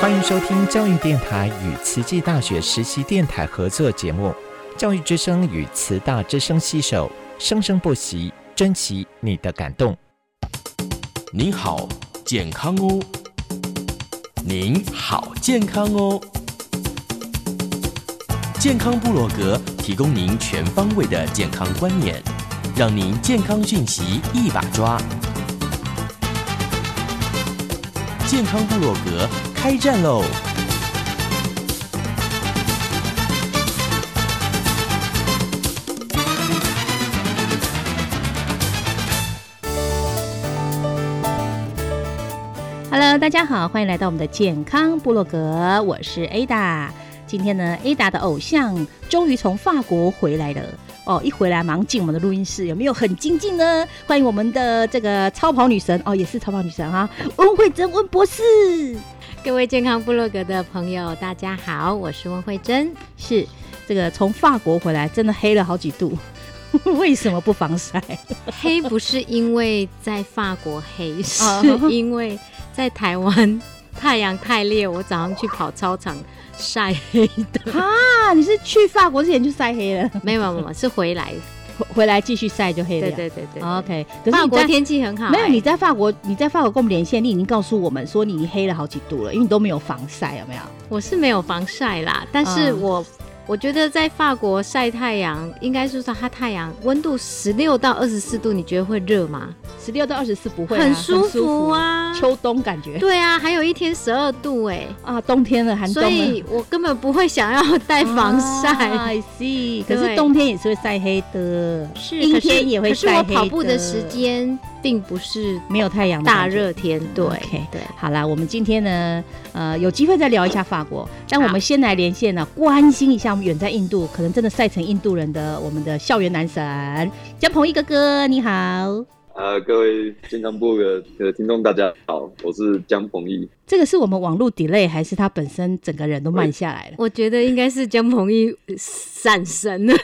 欢迎收听教育电台与慈济大学实习电台合作节目《教育之声》与慈大之声携手，生生不息，珍惜你的感动。您好，健康哦！您好，健康哦！健康部落格提供您全方位的健康观念，让您健康讯息一把抓。健康部落格开战喽！ Hello，大家好，欢迎来到我们的健康部落格，我是 Ada。今天呢，Ada 的偶像终于从法国回来了。哦，一回来忙进我们的录音室，有没有很精进呢？欢迎我们的这个超跑女神哦，也是超跑女神哈、温慧珍温博士。各位健康部落格的朋友，大家好，我是温慧 珍。是这个从法国回来，真的黑了好几度， 为什么不防晒？黑不是因为在法国黑，是哦 因为在台湾太阳太烈，我早上去跑操场晒黑的。啊，你是去法国之前就晒黑了，没有没有没有，是回 来。回回来继续晒就黑了对呀。对对对。 OK，可是法你国在天气很好、没有，哎你在法国，你在法国跟我们连线，你已经告诉我们说你已经黑了好几度了，因为你都没有防晒，有没有？哎我是没有防晒啦，但是嗯我、我觉得在法国晒太阳，应该是说它太阳温度十六到二十四度，你觉得会热吗？十六到二十四不会啊、很舒服，啊。秋冬感觉对啊，还有一天十二度哎、啊，冬天了，寒冬所了，以我根本不会想要带防啊晒。 I see，可是对冬天也是会晒黑的，阴天也会可是晒我黑跑步的时间并不是没有太阳的大感觉。热天，对 OK 对。好啦，我们今天呢，呃，有机会再聊一下法国，但好我们先来连线呢、关心一下我们远在印度，可能真的晒成印度人的我们的校园男神江鹏一哥哥，你好。呃，各位健康部的的听众，大家好，我是江鹏毅。这个是我们网络 delay，还是他本身整个人都慢下来了？我觉得应该是江鹏一闪神了，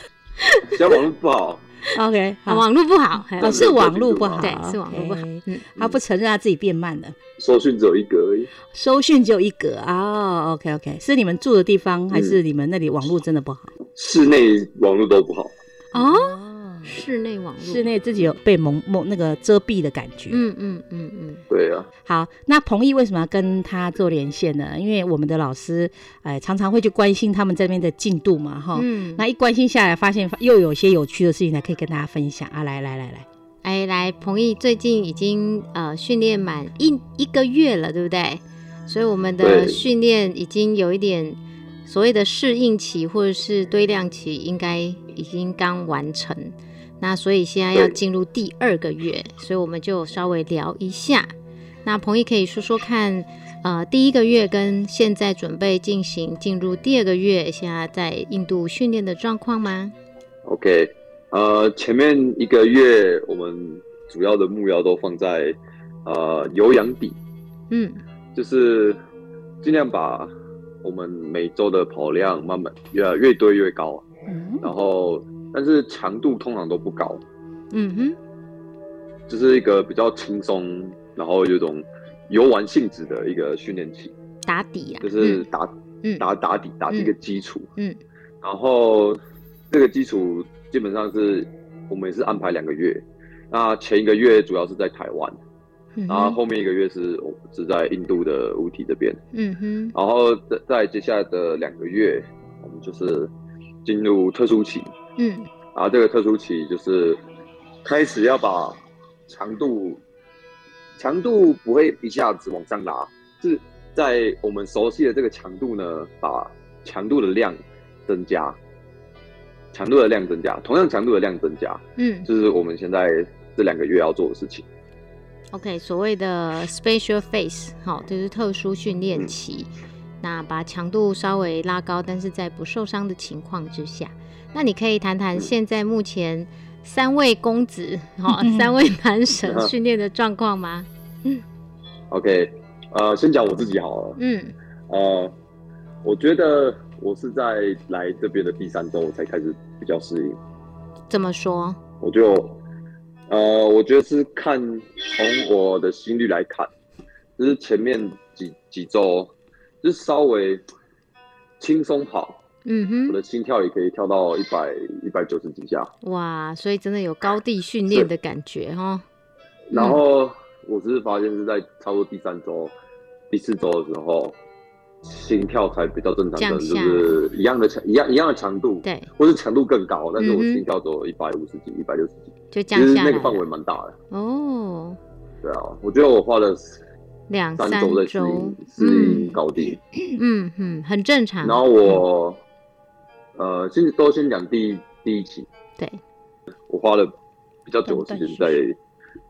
现在网络不好， OK，啊网络不好，还有哦是网络不好，对是网络不好 OK 嗯他不承认他自己变慢了，收讯只有一格而已。收讯只有一格哦。OK OK，是你们住的地方，还是你们那里网络真的不好？室内网络都不好。哦，哦，室内网络，室，内自己有被蒙蒙那个遮蔽的感觉。嗯嗯嗯嗯，对啊，好，那彭毅为什么要跟他做连线呢？因为我们的老师，哎，常常会去关心他们这边的进度嘛，哈。嗯，那一关心下来，发现又有些有趣的事情呢，可以跟大家分享啊！来来来来，哎，来，彭毅最近已经呃训练满一一个月了，对不对？所以我们的对训练已经有一点所谓的适应期或者是堆量期，应该已经刚完成。那所以现在要对进入第二个月，所以我们就稍微聊一下。那彭毅可以说说看，呃，第一个月跟现在准备进行进入第二个月，现在在印度训练的状况吗？ OK，呃，前面一个月我们主要的目标都放在呃有氧比，嗯就是尽量把我们每周的跑量慢慢越来越堆越高，啊嗯，然后但是强度通常都不高，嗯哼。就是一个比较轻松，然后有种游玩性质的一个训练期。打底啊，就是打、嗯打打底打底一个基础，嗯嗯然后这个基础基本上是我们也是安排两个月，那前一个月主要是在台湾，嗯，嗯然后哼，后面一个月是我是在印度的乌提这边，嗯哼，然后在在接下来的两个月，我们就是进入特殊期，嗯，然后这个特殊期就是开始要把强度，强度不会一下子往上拉，是在我们熟悉的这个强度呢，把强度的量增加，强度的量增加，同样强度的量增加，嗯这、是我们现在这两个月要做的事情。 ，OK，所谓的 special phase，好，就是特殊训练期，那把强度稍微拉高，但是在不受伤的情况之下，那你可以谈谈嗯现在目前三位公子，好，三位男神训练的状况吗？ OK，呃，先讲我自己好了，嗯呃，我觉得我是在来这边的第三周我才开始比较适应。怎么说？我就，呃，我觉得是看从我的心率来看，就是前面几几周，就是稍微轻松跑，嗯我哼，的心跳也可以跳到一百一百九十几下。哇，所以真的有高地训练的感觉哦。然后我只是发现是在差不多第三周、第四周的时候，心跳才比较正常降的，就下是一样的强一样一样的强度，对，或是强度更高，但是我嗯哼心跳只有一百五十几、一百六十几，就其降实下来那个范了围蛮大的。哦，对啊，我觉得我花了两三三周在适周应，适应嗯高地，嗯嗯，很正常。然后我呃，先都先讲第第一期，对，我花了比较久的时间断断续在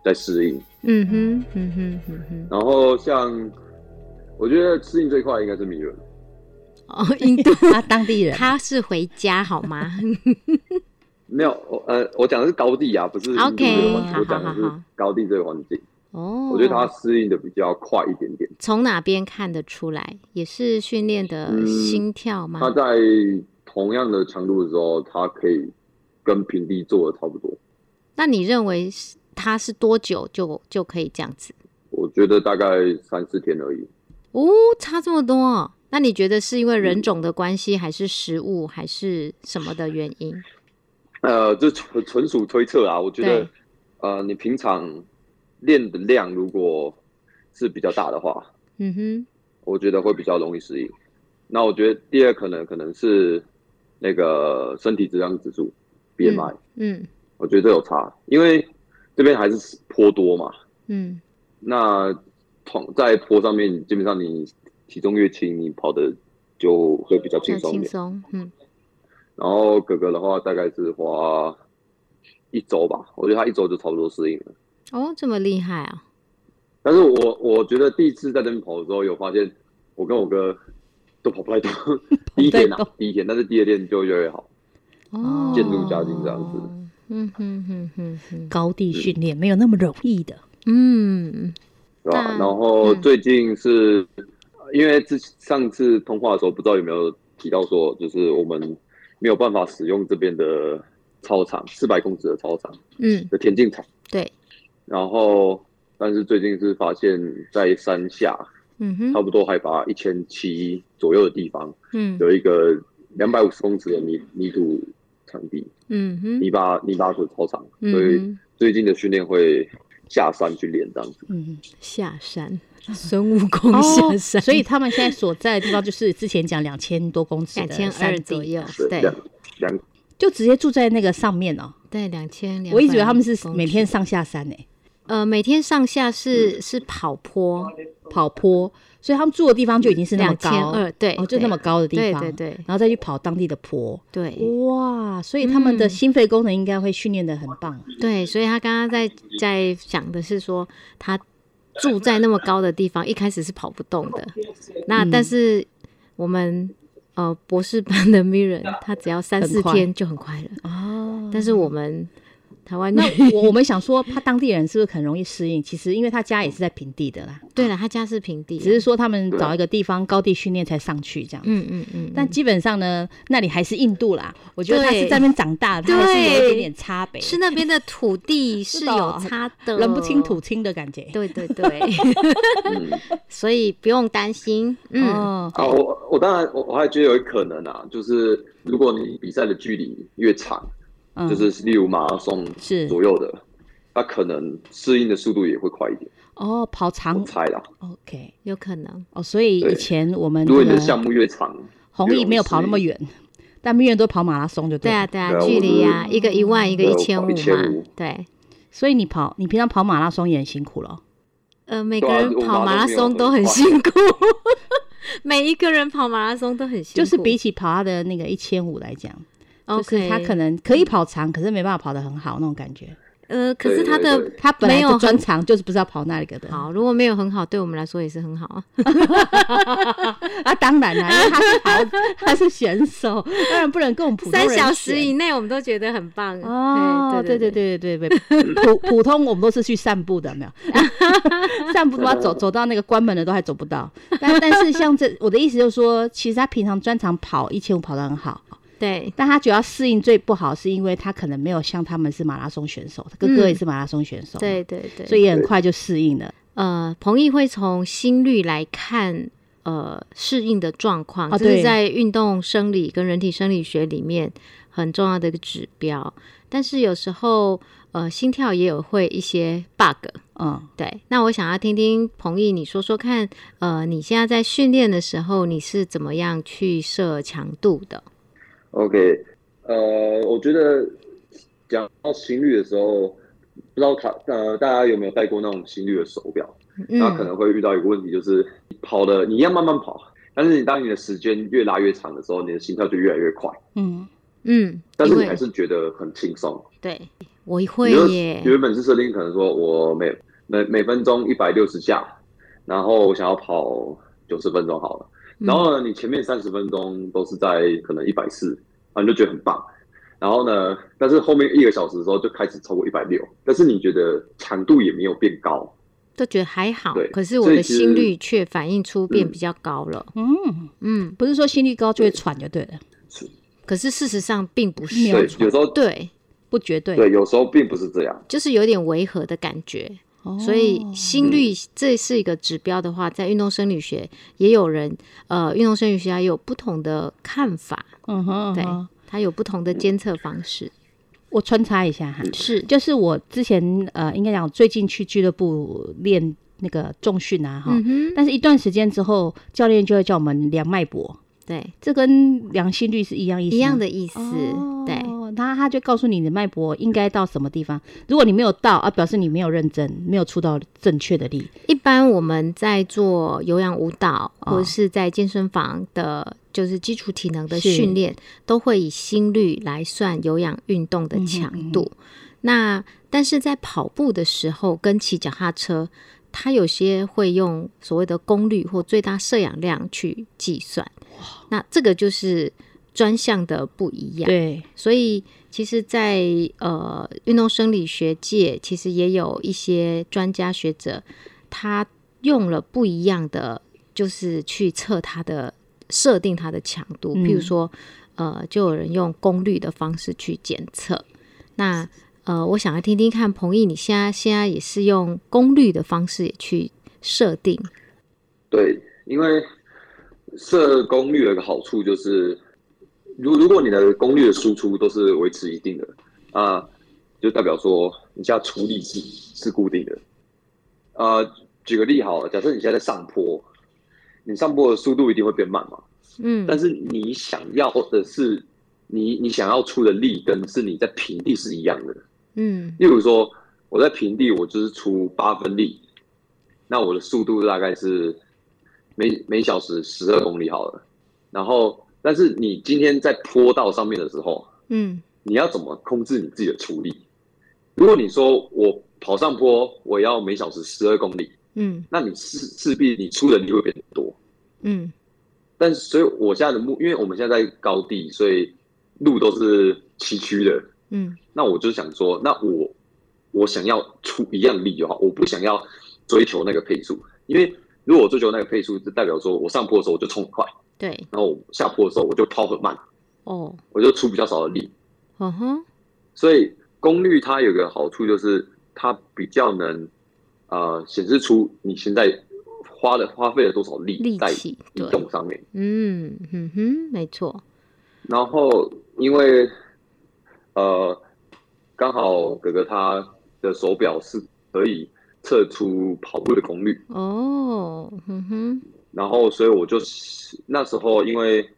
在适应，嗯哼，嗯哼，嗯哼，然后像我觉得适应最快应该是米伦。 哦，印度 他当地人，他是回家好 吗？没有，我呃，我讲的是高地啊，不是 OK，印度这个环境，好我讲的好好是高地这个环境。哦，我觉得它适应的比较快一点点。从哪边看得出来？也是训练的嗯心跳吗？它在同样的强度的时候，它可以跟平地做的差不多。那你认为是他是多久就就可以这样子？我觉得大概三四天而已。哦，差这么多哦。那你觉得是因为人种的关系，还是食物，还是什么的原因？呃，这纯纯属推测啊。我觉得对，呃，你平常练的量如果是比较大的话，嗯哼，我觉得会比较容易适应。那我觉得第二可能可能是那个身体质量指数 BMI。嗯我觉得这有差，因为这边还是坡多嘛。嗯，那同在坡上面，基本上你体重越轻，你跑的就会比较轻那松一轻点。松，嗯然后哥哥的话，大概是花一周吧，我觉得他一周就差不多适应了。哦，这么厉害啊！但是我我觉得第一次在这边跑的时候，有发现我跟我哥都跑不太动。第一天跑不太啊动，第一天，但是第二天就越来越好。哦，嗯渐入佳境这样子。嗯哼哼哼哼，高地训练没有那么容易的。嗯，对吧、那然后嗯最近是、因为之上次通话的时候，不知道有没有提到说，就是我们没有办法使用这边的操场，四百公尺的操场嗯，的田径场。对，然后，但是最近是发现，在山下嗯差哼，不多海拔一千七左右的地方，嗯有一个两百五十公尺的泥泥土场地，嗯哼，泥巴泥巴土操场，所以嗯哼，最近的训练会下山去练这样子。嗯，下山，孙悟空下山，哦所以他们现在所在的地方就是之前讲两千多公尺两的千山二地左右，对对，两两就直接住在那个上面哦。对，两千两。我一直以为他们是每天上下山呢、呃每天上下嗯是是跑坡，跑坡，所以他们住的地方就已经是那么两高，千二，对，哦，就对那么高的地方，对对对然后再去跑当地的坡，嗯对哇，所以他们的心肺功能应该会训练的很棒，啊对，所以他刚刚在在讲的是说他住在那么高的地方，一开始是跑不动的，那嗯但是我们。呃，博士班的 Mirren，他只要三很四快天就很快了。哦。但是我们台 湾，那我我们想说，他当地人是不是很容易适应？其实因为他家也是在平地的啦，对了，他家是平地啊，只是说他们找一个地方高地训练才上去这样。嗯嗯嗯，但基本上呢，那里还是印度啦。我觉得他对是在那边长大的，他还是有一点点差别，是那边的土地 是的有差的，人不清土。清的感觉。对对对，嗯。 所以不用担心。嗯，哦，啊，我我当然我我还觉得有可能啊，就是如果你比赛的距离越长，嗯就是例如马拉松是左右的，那可能适应的速度也会快一点，哦，跑我长猜啦。 ，OK，有可能。哦，所以对以前我们如果你的那个项目越长，红毅没有跑那么远，但蜜月都跑马拉松就对对了啊，对啊对，啊距离啊，我一个一万，一个对一我千五嘛1500。对，所以你跑，你平常跑马拉松也很辛苦咯。呃，每个对啊人我跑马马拉拉松松都没很有很辛苦， 每一个人跑马拉松都很辛就苦，是比起跑他的那个一千五来讲，就 OK，是他可能可以跑长，可是没办法跑得很好那种感觉。呃，可是对他对的对他本没来有的很专长就是不知道跑那个的。好，如果没有很好，对我们来说也是很好啊。 啊，当然 啦，因为他是跑，他是选手，当然不能跟我们普通三人小时选以内我们都觉得很棒哦，对对对对对对对，普 普通我们都是去散步的，有没有， 散步的话走走到那个关门的都还走不到。 但但是像这，我的意思就是说，其实他平常专长跑一千五跑得很好，对，但他主要适应最不好是因为他可能没有像他们是马拉松选手，他哥哥也是马拉松选手，对对对，所以也很快就适应了。呃，彭毅会从心率来看，呃适应的状况，啊这对是在运动生理跟人体生理学里面很重要的一个指标。但是有时候呃心跳也有会一些 bug，嗯，对，那我想要听听彭毅，你说说看，呃，你现在在训练的时候，你是怎么样去设强度的？ OK，呃，我觉得讲到心率的时候，不知道他呃大家有没有戴过那种心率的手表？那可嗯，能会遇到一个问题，就是跑的你要慢慢跑，但是你当你的时间越拉越长的时候，你的心跳就越来越快，嗯，嗯，但是因你为还是觉得很轻松。对，我会你就耶，原本是设定可能说我每每每分钟一百六十下，然后我想要跑九十分钟好了，嗯然后呢，你前面三十分钟都是在可能一百四，啊，你就觉得很棒。然后呢，但是后面一个小时的时候就开始超过一百六，但是你觉得强度也没有变高，都觉得还好对，可是我所以的其实心率却反映出变嗯比较高了。嗯，嗯，不是说心率高就会喘就对了，可是事实上并不没是，有对，有时候对，不绝对。对，有时候并不是这样。就是有点违和的感觉。哦，所以心率这是一个指标的话，在运动生理学也有人，呃，运动生理学家也有不同的看法。嗯哼，对嗯哼，它有不同的监测方式。我穿插一下哈，是，就是我之前呃，应该讲最近去俱乐部练那个重训啊哈，嗯哼，但是一段时间之后，教练就会叫我们量脉搏，对，这跟量心率是一样意思吗，一样的意思，哦对，他他就告诉你你的脉搏应该到什么地方，如果你没有到啊，表示你没有认真，没有出到正确的力。一般我们在做有氧舞蹈、哦或者是在健身房的，就是基础体能的是训练，都会以心率来算有氧运动嗯的强度。那但是在跑步的时候跟骑脚踏车，它有些会用所谓的功率或最大摄氧量去计算。那这个就是专项的不一样。对，所以其实在，呃运动生理学界，其实也有一些专家学者，他用了不一样的，就是去测它的设定它的强度，嗯譬如说，呃，就有人用功率的方式去检测。那呃，我想要听听看，彭毅，你现在现在也是用功率的方式也去设定，对，因为射功率有一个好处就是，如如果你的功率的输出都是维持一定的，啊，就代表说你现在出力是是固定的。呃，举个例好了，假设你现在在上坡，你上坡的速度一定会变慢嘛，嗯，但是你想要的是你你想要出的力跟是你在平地是一样的。嗯例如说，我在平地，我就是出八分力，那我的速度大概是每每小时十二公里好了。然后，但是你今天在坡道上面的时候，嗯你要怎么控制你自己的出力？如果你说我跑上坡，我要每小时十二公里，嗯那你势势必你出的力会变多。嗯但是，所以我现在的目，因为我们现在在高地，所以路都是崎岖的，嗯那我就想说，那我我想要出一样力就好，我不想要追求那个配速，因为如果我追求那个配速，就代表说我上坡的时候我就冲很快，对，然后我下坡的时候我就跑很慢，哦，我就出比较少的力。嗯哼，所以功率它有个好处就是它比较能呃显示出你现在花了花费了多少力力在气，移对，动上面。嗯哼哼，没错，然后因为呃，刚好哥哥他的手表是可以测出跑步的功率，哦，哼哼，然后所以我就那时候因为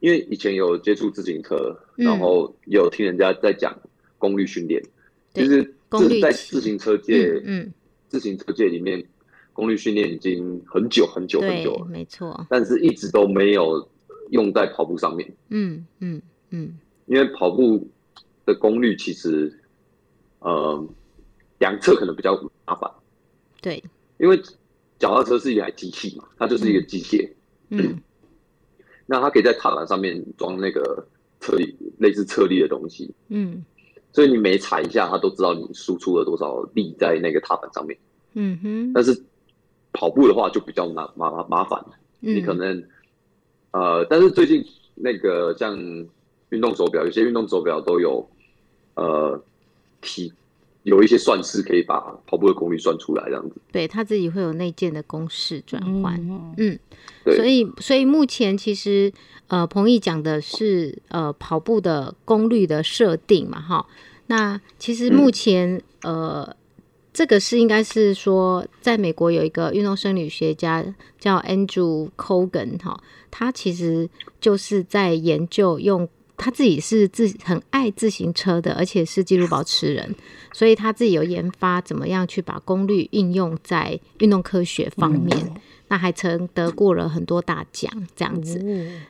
因为以前有接触自行车，嗯然后也有听人家在讲功率训练，对其实功率自在器自行车界、嗯嗯，自行车界里面功率训练已经很久很久很对久，了，没错，但是一直都没有用在跑步上面。嗯嗯嗯，因为跑步的功率其实，呃，两侧可能比较麻烦，对，因为脚踏车是一台机器嘛，它就是一个机械，嗯那它可以在踏板上面装那个测力，类似测力的东西，嗯所以你每踩一下，它都知道你输出了多少力在那个踏板上面。嗯哼，但是跑步的话就比较麻麻麻麻烦，你嗯可能、呃，但是最近那个像运动手表，有些运动手表都有呃提有一些算式可以把跑步的功率算出来，这样子。对他自己会有内建的公式转换。嗯嗯，对所以所以目前其实呃，彭毅讲的是呃跑步的功率的设定嘛，哈。那其实目前、呃，这个是应该是说，在美国有一个运动生理学家叫 Andrew Cogan 哈，他其实就是在研究用。他自己是自很爱自行车的，而且是纪录保持人，所以他自己有研发怎么样去把功率应用在运动科学方面。那还曾得过了很多大奖，这样子。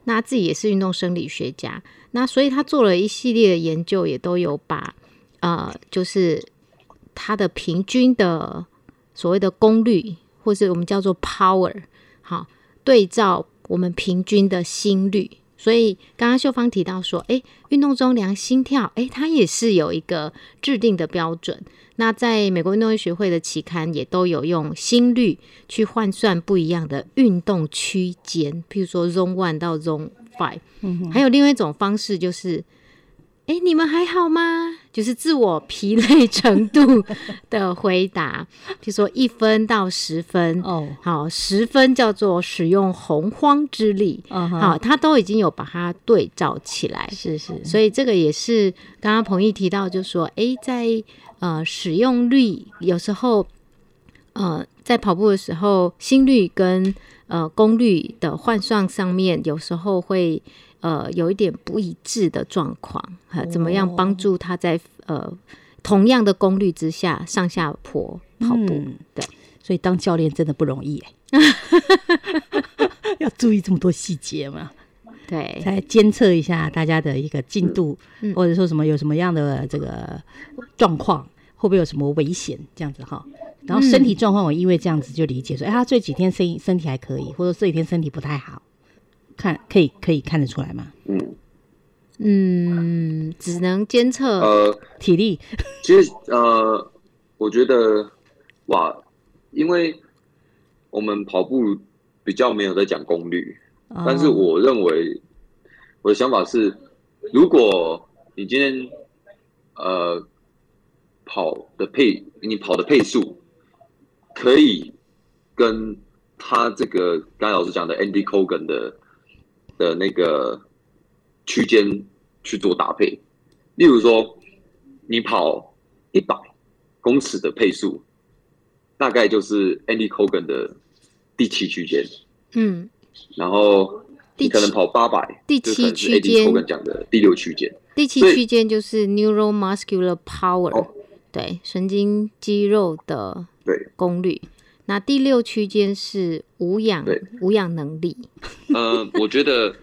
那自己也是运动生理学家，那所以他做了一系列的研究，也都有把呃，就是他的平均的所谓的功率，或是我们叫做 power，好对照我们平均的心率。所以刚刚秀芳提到说，诶，运动中量心跳，诶，它也是有一个制定的标准。那在美国运动医学会的期刊也都有用心率去换算不一样的运动区间，譬如说 Zone One 到 Zone Five。嗯还有另外一种方式就是，哎、你们还好吗？就是自我疲累程度的回答，比如说一分到十分，哦，好，十分叫做使用洪荒之力，嗯哼好，它都已经有把它对照起来，是是，所以这个也是刚刚彭毅提到，就说，诶，在呃使用率有时候，呃，在跑步的时候，心率跟呃功率的换算上面，有时候会呃有一点不一致的状况，呃、怎么样帮助他在呃同样的功率之下上下坡跑步？嗯对，所以当教练真的不容易 耶， 要注意这么多细节嘛，对，才监测一下大家的一个进度，哎嗯或者说什么有什么样的这个状况，会不会有什么危险这样子哈。然后身体状况，我因为这样子就理解说，哎，他这几天身身体还可以，或者这几天身体不太好，看可以可以看得出来吗？嗯，嗯，只能监测、呃，体力，其实呃，我觉得哇，因为我们跑步比较没有在讲功率，但是哦我认为我的想法是，如果你今天呃跑的配你跑的配速可以跟他这个刚才老师讲的 Andy Cogan 的的那个区间去做搭配，例如说你跑一百公尺的配速，大概就是 Andy Cogan 的第七区间。嗯，然后第你可能七跑八百，第就七可能是区 AD 间 Kogan 讲的第六区间，第七所以区间就是 neuromuscular power，、哦对，神经肌肉的对，功率。那第六区间是无氧对无氧能力，呃，我觉得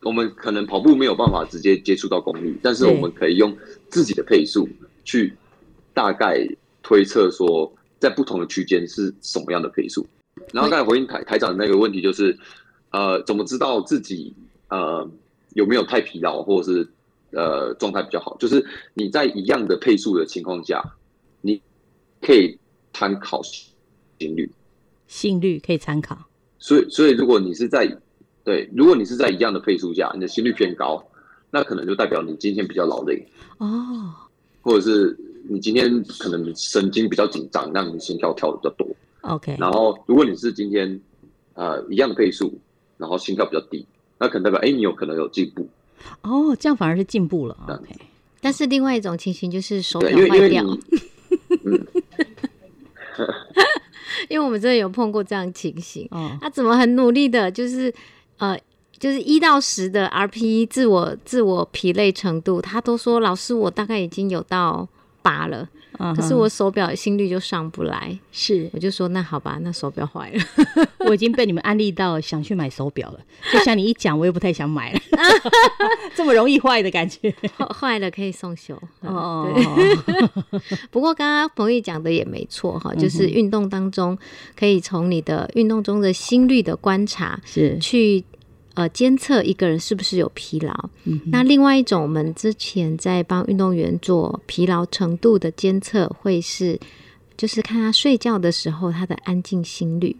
我们可能跑步没有办法直接接触到功率，但是对我们可以用自己的配速去大概推测说，在不同的区间是什么样的配速。然后刚才回应台台长的那个问题就是，呃，怎么知道自己呃有没有太疲劳，或者是呃状态比较好？就是你在一样的配速的情况下，你可以参考心率。心率可以参考。所以，所以如果你是在对，如果你是在一样的配速下，你的心率偏高，那可能就代表你今天比较劳累，哦，或者是你今天可能神经比较紧张，让你心跳跳的比较多。 OK，然后，如果你是今天呃一样的配速，然后心跳比较低，那可能代表哎、你有可能有进步。哦，这样反而是进步了。OK，但是另外一种情形就是手对，表因为因坏为掉，你因为我们真的有碰过这样的情形。哦，他怎么很努力的，就是呃，就是一到十的 RPE 自我自我疲累程度，他都说老师我大概已经有到八了，嗯可是哼我手表心率就上不来，是我就说那好吧，那手表坏了。 我已经被你们安利到想去买手表了，就像你一讲，我也不太想 买了， 这么容易坏的感觉。坏坏了可以送修。哦哦，不过刚刚彭毅讲的也没错哈，就是运动当中可以从你的运动中的心率的观 察是，去。呃，监测一个人是不是有疲劳。嗯哼那另外一种，我们之前在帮运动员做疲劳程度的监测，会是就是看他睡觉的时候他的安静心率。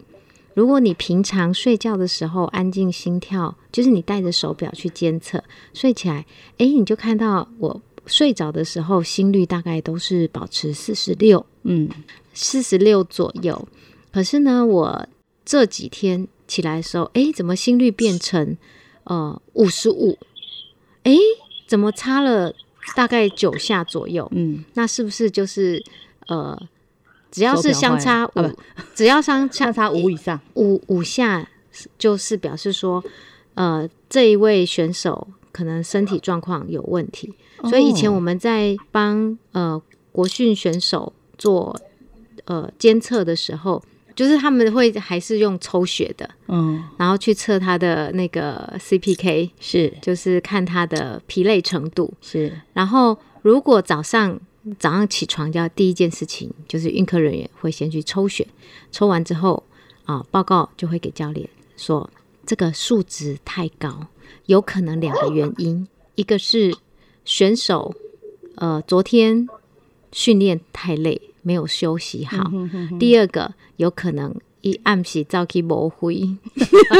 如果你平常睡觉的时候安静心跳，就是你带着手表去监测，睡起来，诶，你就看到我睡着的时候心率大概都是保持四十六，嗯，四十六左右。可是呢，我这几天起来的时候，诶，怎么心率变成呃五十五？诶，怎么差了大概九下左右？嗯，那是不是就是呃，只要是手表坏相了差啊五， 只要相相相差五以上，五五下，就是表示说，呃，这一位选手可能身体状况有问题。哦所以以前我们们在帮呃国训选手做呃监测的时候，就是他们会还是用抽血的，嗯然后去测他的那个 CPK，是就是看他的疲累程度。是然后如果早上早上起床要第一件事情就是运科人员会先去抽血，抽完之后啊、报告就会给教练说这个数值太高，有可能两个原因，一个是选手呃昨天训练太累没有休息好，嗯哼哼第二个有可能一暗时早起无灰，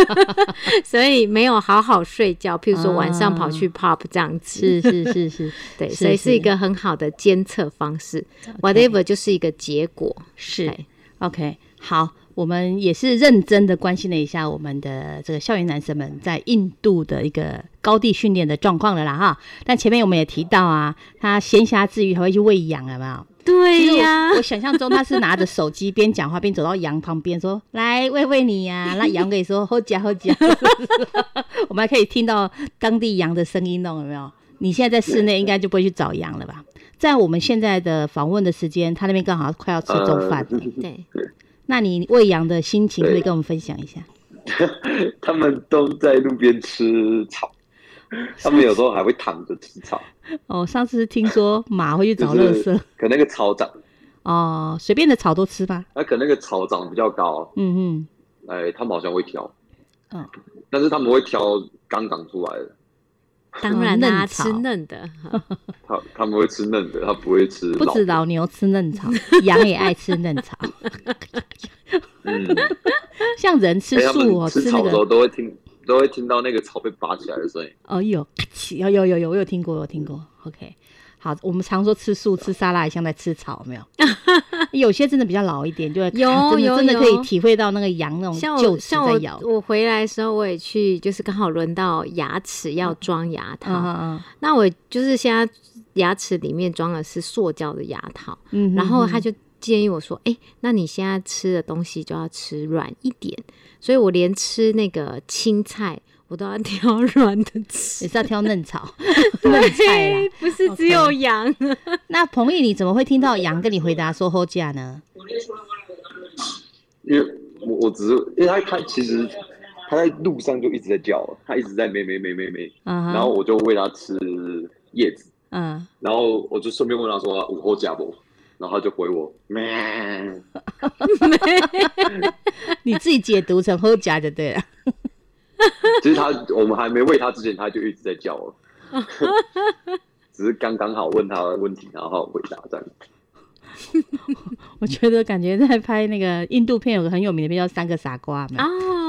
所以没有好好睡觉。譬如说晚上跑去 pub 这样子，啊是是是是对，是所以是是一个很好的监测方式。Whatever 就是一个结果，哎是对哎 OK 好。我们也是认真的关心了一下我们的这个校园男生们在印度的一个高地训练的状况了啦哈。但前面我们也提到啊，他闲暇之余还会去喂羊，有没有？其实对我呀、我想象中他是拿着手机边讲话边走到羊旁边说：“来喂喂你 呀、那羊可以说“好夹好夹”， 我们还可以听到当地羊的声音哦，有没有？你现在在室内应该就不会去找羊了吧？在我们现在的访问的时间，他那边刚好快要吃中饭嗯了。对，那你喂羊的心情可不可以跟我们分享一下？他们都在路边吃草，他们有时候还会躺着吃草，哦，上次听说马会去就找垃是 圾，可能那个草长，哦，随便的草都吃吧。那、可能那个草长得比较高，嗯嗯，哎、他们好像会挑，嗯，但是他们会挑刚长出来的，当然啦、嫩草吃嫩的，他他们会吃嫩的，他不会吃不老止的，老牛吃嫩草，羊也爱吃嫩 草。嗯，像人吃哎他素们哦，吃那草的时候个，都会听都会听到那个草被拔起来的声音，哦，有，咔嚓有有有有，我有听过，我有听过。OK，好，我们常说吃素吃沙拉也像在吃草，有没有？ 有些真的比较老一点，就会咔有真的有真的可以有体会到那个羊那像种哦臼我齿像在我咬。我回来的时候，我也去，就是刚好轮到牙齿要装牙套，嗯嗯那我就是现在牙齿里面装的是塑胶的牙套。嗯，然后嗯他嗯就建议我说：“哎、那你现在吃的东西就要吃软一点。”所以我连吃那个青菜，我都要挑 软的也吃。是要挑嫩 草 嫩菜啦。嗯不是只有羊。那彭毅，你怎么会听到羊跟你回答说后价呢？因为我我只是因为他他其实他在路上就一直在叫，他一直在咩咩咩咩咩，啊然后哈，我就喂他吃叶子，嗯，然后我就顺便问他说啊午后加不，然后他就回我咩， 你自己解读成后价就对了。其实他我们还没喂他之前他就一直在叫 了，只是刚刚好问他问题，然后回答这样。 我觉得感觉在拍那个印度片，有个很有名的片叫《三个傻瓜》嘛，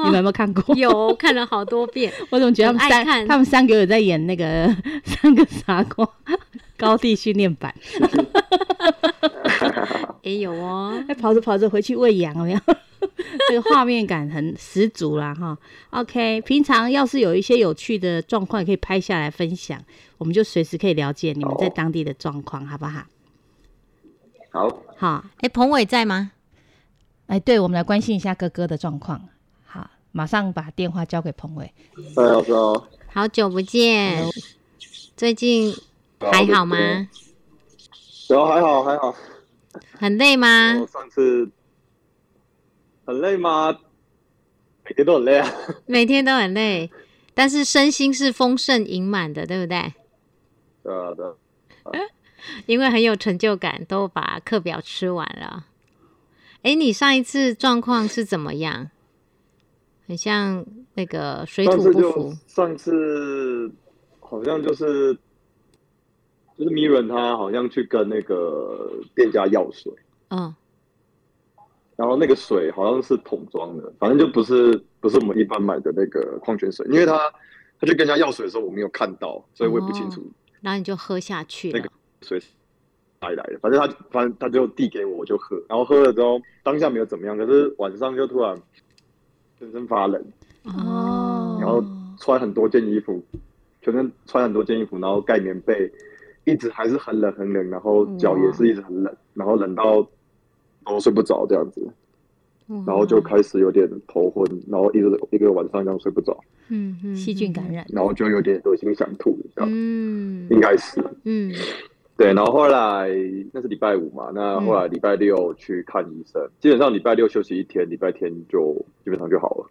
你们有哦， 没有看 过？有看了好多 遍。我总觉得他们很爱三看他们三个有在演那个 三个傻瓜 高地训练版，哎、有哦，还跑着跑着回去喂羊，有没有？ 这个画面感很十足啦哈。OK，平常要是有一些有趣的状况，也可以拍下来分享，我们就随时可以了解你们在好当地的状况，好不好？好，好，哎，彭伟在吗？哎，对，我们来关心一下哥哥的状况。好，马上把电话交给彭伟。哎，老师好，好久不见，最近啊还好吗？啊然后啊还好还好，很累吗我？上次很累吗？每天都很累啊。每天都很累，但是身心是丰盛盈满的，对不对？对啊对啊，因为很有成就感，都把课表吃完了。哎，你上一次状况是怎么样？很像那个水上土次不就服，上次好像就是就是 Miran 他好像去跟那个店家要水，嗯，然后那个水好像是桶装的，反正就不是不是我们一般买的那个矿泉水，因为他他去跟人家要水的时候我没有看到，所以我也不清楚然后你就喝下去了。那个随时带来的，反正他反正他就递给我，我就喝，然后喝了之后当下没有怎么样，可是晚上就突然全身发冷，哦然后穿很多件衣服，全身穿很多件衣服，然后盖棉被，一直还是很冷很冷，然后脚也是一直很冷，然后冷到都睡不着这样子，然后就哇开始有点头昏，然后一直一个晚上这样睡不着，嗯嗯细菌嗯感染，然后就有点恶心想吐，这样、嗯应该是。嗯对，然后后来那是礼拜五嘛，嗯那后来礼拜六去看医生，基本上礼拜六休息一天，礼拜天就基本上就好了。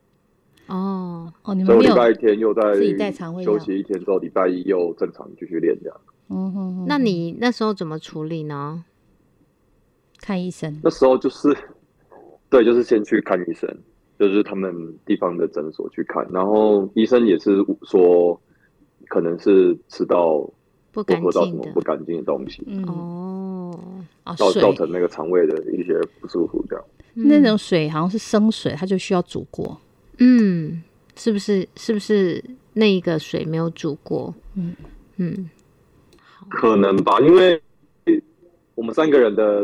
哦哦，你所们以没有，我礼拜天又在自己带肠胃药休息一天之后，礼拜一又正常继续练这样。嗯哼哼那你那时候怎么处理呢？看医生那时候就是，对，就是先去看医生，就是他们地方的诊所去看，然后医生也是说，可能是吃到不或干喝到什净么的不干净的东西，嗯哦，哦造水造成那个肠胃的一些不舒服这样。那嗯种水好像是生水，它就需要煮过。嗯，是不是是不是那一个水没有煮过？嗯嗯可能吧，因为我们三个人的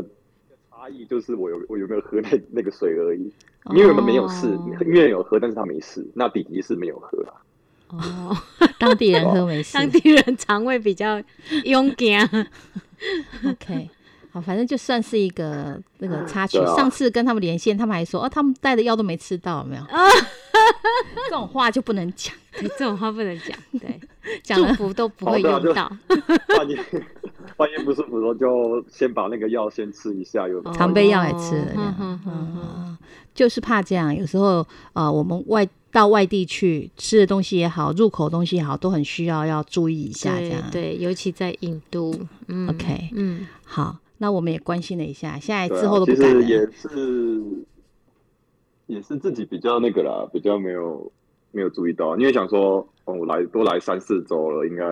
差异就是我有我有没有喝那那个水而已，因为我们没有事哦，因为有喝，但是他没事，那弟弟是没有喝啦。哦，当地人喝没事当地人肠胃比较勇敢。 ，OK。好，反正就算是一个那个插曲。对啊上次跟他们连线，他们还说哦，他们带的药都没吃到，有没有？哦 这种话就不能讲，对这种话不能讲，对， 讲了祝福都不会好用对到啊。半夜半夜不舒服的时候，就先把那个药先吃一下，有没有常备药也吃了这哦样。哼哼哼嗯，就是怕这样。有时候呃，我们外到外地去吃的东西也好，入口的东西也好，都很需要要注意一下这对样。对，尤其在印度，嗯 OK 嗯，好，那我们也关心了一下，现在对啊哎之后都不其敢实了。也是也是自己比较那个啦，比较没有没有注意到，因为想说，哦，我来多来三四周了，应该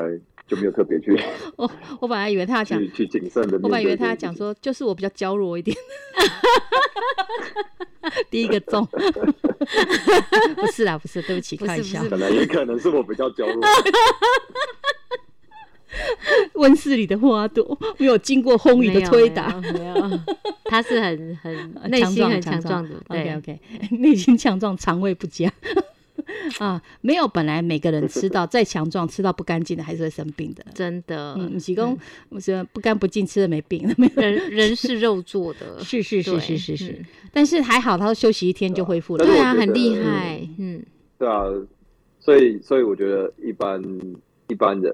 就没有特别去我我本来以为他要讲去，去谨慎的。我本来以为他要讲，说，就是我比较娇弱一点。 第一个中， 不是啦，不是，对不起，不是开玩笑不。是可能也可能是我比较娇 弱。温室里的花朵没有经过风雨的没有推打，，呃没有，没有他是很很内 强心壮很强强壮壮的，对 OK OK，内 心强壮，肠胃不佳 啊，没有本来每个人吃到再强壮，吃到不干净的还是会生病的。真的，嗯，提供我觉得不干不净吃了没病，没 有人人是肉做的，是是是对是是是嗯，但是还好，他说休息一天就恢复了但是。对我啊，觉很得厉嗯害，嗯，对啊，所以所以我觉得一般一般人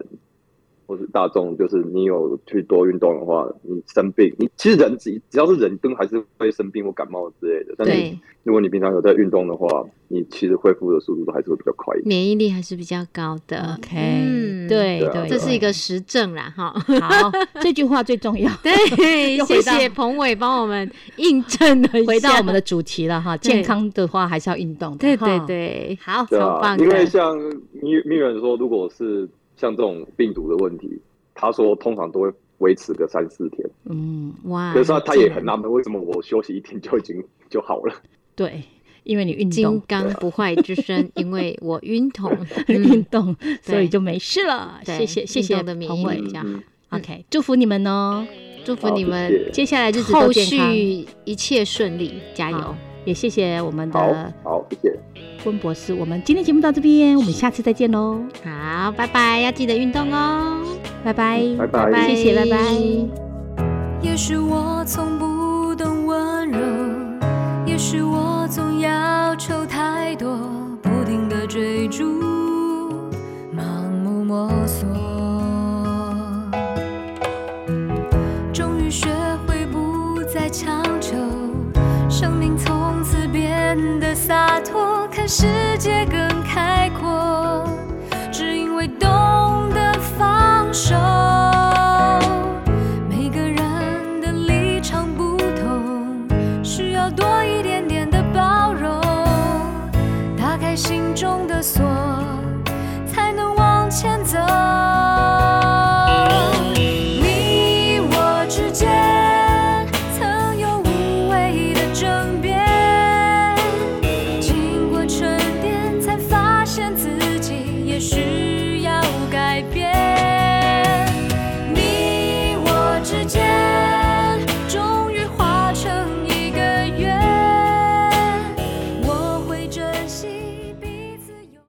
或是大众，就是你有去多运动的话，你生病，你其实人只只要是人都还是会生病或感冒之类的。但是对，如果你平常有在运动的话，你其实恢复的速度都还是会比较快一点。免疫力还是比较高的 OK，嗯对对啊对，这是一对个实证啦，哈。 好， 这句话最重 要。对，又谢回到谢彭伟帮我们印证了一回到下我们的主题了哈，对健康的话还是要运动的。对对哈，对，好，嗯对超啊棒，的因为像米米人说，如果是像这种病毒的问题，他说通常都会维持个三四天，嗯，哇可，是他他也很纳闷，为什么我休息一天就已经就好了？对，因为你运金动。刚不坏之身，因为我晕桶，运嗯动，所以对就没事了。对谢谢谢运谢动的免彭疫伟力比较好嗯 OK，祝福你们哦，祝福好你谢们谢接下来日子都后健康，续一切顺利，加油好！也谢谢我们好呃的好，谢谢。温博士。我们今天节目到这边，我们下次再见喽，好，拜拜，要记得运动哦，拜拜，拜拜谢谢，拜拜。也许我从不懂温柔，也许我总要求太多，不停的追逐，盲目摸索。终于学会不再强求，生命从此变得洒脱，看世界更开阔，只因为懂得放手。每个人的立场不同，需要多一点点的包容，打开心中的锁，